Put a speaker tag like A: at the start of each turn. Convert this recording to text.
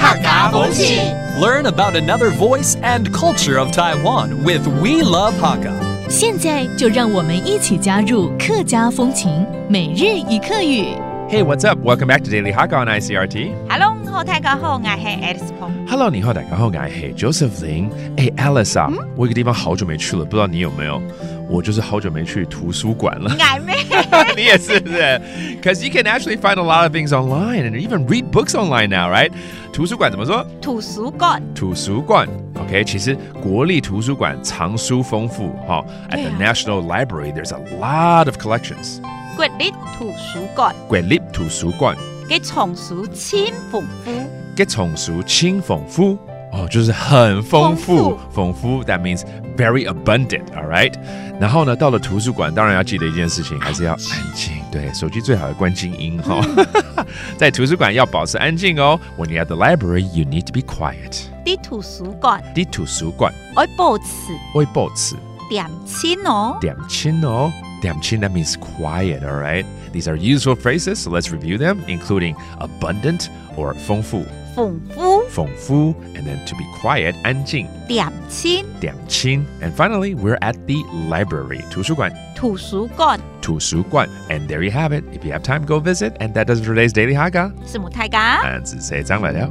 A: 大嘎风气。
B: Learn about another voice and culture of Taiwan with We Love Hakka.
C: 现在就让我们一起加入客家风情每日一客语。
D: Hey, what's up? Welcome back to Daily Hakka on ICRT.
A: Hello，我大家好，我是 Alice Peng。
D: Hello，你好，大家好，我是 Joseph Lin。哎，Alice 啊，我有个地方好久没去了，不知道你有没有？我就是好久没去图书馆了。
A: 俺妹，
D: 你也是不是？Because you can actually find a lot of things online and even read books online now, right? 图书馆怎么说？
A: 图书馆
D: 图书馆。OK，其实国立图书馆藏书丰富哈、a
A: 对
D: t
A: 啊
D: the National Library, there's a lot of collections.
A: 国立图书馆
D: 国立图书馆
A: 给藏书千丰富。
D: 给丛书清丰富哦，就是很丰富，丰富。That means very abundant. All right. 然后呢，到了图书馆，当然要记得一件事情，还是要安静。对，手机最好关静音 哈、哦。在图书馆要保持安静哦。When you're at the library, you need to be quiet.
A: 的图书馆
D: 的图书馆
A: 要保持
D: 会保持
A: 点心哦。
D: 点清哦。点清 that means quiet. All right. These are useful phrases. So let's review them, including abundant or 丰富。
A: 丰富
D: 丰富, and then to be quiet, 安静,
A: 点心
D: 两清. And finally, we're at the library, 图书馆,
A: 图书馆，
D: 图书馆. And there you have it. If you have time, go visit. And that does it for today's Daily Haga.
A: 是母大家。
D: And 是谁张来了。